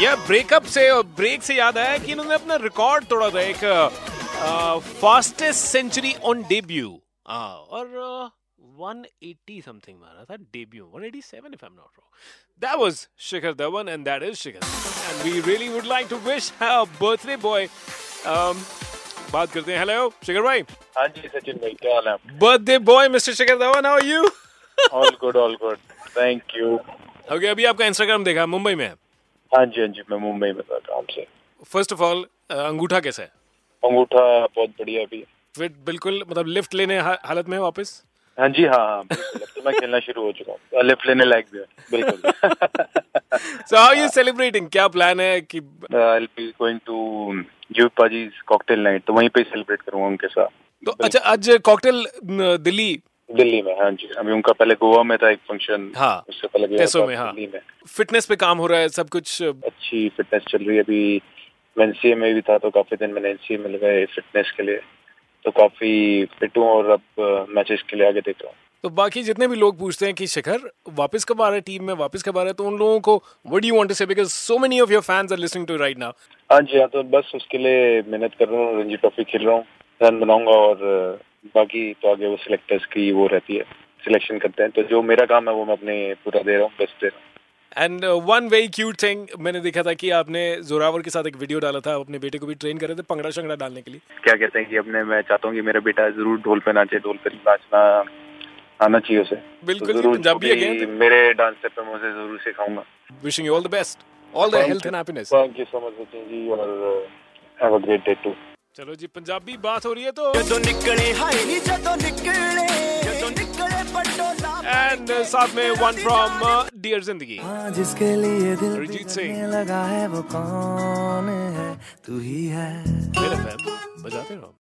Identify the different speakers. Speaker 1: यह ब्रेकअप से और ब्रेक से याद आया कि इन्होंने अपना रिकॉर्ड तोड़ा था एक फास्टेस्ट सेंचुरी ऑन डेब्यू और uh, 180 समथिंग मारा था debut 187 if I am not wrong that was Shikhar Dhawan and that is Shikhar and we really would like to wish birthday boy Um, बात करते हैं हेलो शिखर भाई
Speaker 2: हाँ जी सचिन भाई क्या हाल है
Speaker 1: birthday boy mister Shikhar Dhawan how are you
Speaker 2: all good all good thank you
Speaker 1: okay अभी आपका इंस्टाग्राम देखा मुंबई में है
Speaker 2: हाँ जी हाँ जी मैं मुंबई में था काम से
Speaker 1: फर्स्ट ऑफ ऑल अंगूठा कैसा है
Speaker 2: अंगूठा बहुत बढ़िया अभी
Speaker 1: फिट बिल्कुल मतलब लिफ्ट लेने हा- हालत में है वापस
Speaker 2: हाँ जी हाँ हाँ बिल्कुल, अब तो मैं खेलना शुरू हो चुका हूँ लिफ्ट लेने लायक भी है बिल्कुल
Speaker 1: सो हाउ यू सेलिब्रेटिंग क्या प्लान है कि तो
Speaker 2: I be going to you पाजीज कॉकटेल नाइट तो वहीं पे सेलिब्रेट करूंगा उनके साथ
Speaker 1: तो अच्छा आज कॉकटेल दिल्ली
Speaker 2: दिल्ली में हाँ जी अभी उनका पहले गोवा में था एक फंक्शन
Speaker 1: हाँ,
Speaker 2: उससे पहले गया
Speaker 1: टेसो
Speaker 2: था
Speaker 1: में, हाँ।
Speaker 2: दिल्ली में
Speaker 1: फिटनेस पे काम हो रहा है सब कुछ
Speaker 2: अच्छी फिटनेस चल रही है अभी एनसीए में भी था तो काफी दिन मैंने एनसीए में लगाए फिटनेस के लिए तो काफी फिट हूँ और अब मैचेस के लिए आगे देख रहा हूँ
Speaker 1: तो बाकी जितने भी लोग पूछते हैं कि शिखर वापस कब आ रहा है टीम में वापस कब आ रहा है तो उन लोगों को what do you want to say because so many of your fans are listening to right now
Speaker 2: हाँ जी हाँ तो बस उसके लिए मेहनत कर रहा हूँ रणजी ट्रॉफी खेल रहा हूँ रन बनाऊंगा और अ, बाकी तो आगे वो सिलेक्टर्स की वो रहती है सिलेक्शन करते हैं तो जो मेरा काम है वो मैं अपने पूरा दे रहा हूँ बेस्ट दे रहा हूँ
Speaker 1: and one very cute thing मैंने देखा था कि आपने जोरावर के साथ एक वीडियो डाला था आप अपने बेटे को भी ट्रेन कर रहे थे पंगड़ा शंगड़ा डालने के लिए
Speaker 2: क्या कहते हैं कि अपने मैं चाहता हूँ कि मेरा बेटा जरूर ढोल पे नाचे ढोल पे नाचना आना चाहिए उसे
Speaker 1: बिल्कुल
Speaker 2: तो
Speaker 1: जी,
Speaker 2: जरूर
Speaker 1: पंजाबी
Speaker 2: जो
Speaker 1: again
Speaker 2: भी
Speaker 1: थे।
Speaker 2: मेरे डांसर पे मैं उसे जरूर सिखाऊंगा
Speaker 1: wishing you all the best all the health and happiness
Speaker 2: thank you so much Sachin ji और have a great day too
Speaker 1: चलो जी पंजाबी बात हो रही है तो
Speaker 3: ਜਦੋਂ ਨਿਕਲੇ ਹਾਏ ਨੀ ਜਦੋਂ ਨਿਕਲੇ ਜਦੋਂ ਨਿਕਲੇ ਪਟੋਲਾ
Speaker 1: एंड uh, साथ में uh, one from dear Zindagi
Speaker 3: हाँ जिसके लिए दिल
Speaker 1: अरिजीत सिंह।
Speaker 3: धड़कने लगा है वो कौन है तू ही है
Speaker 1: मेरा फैम बजाते रहो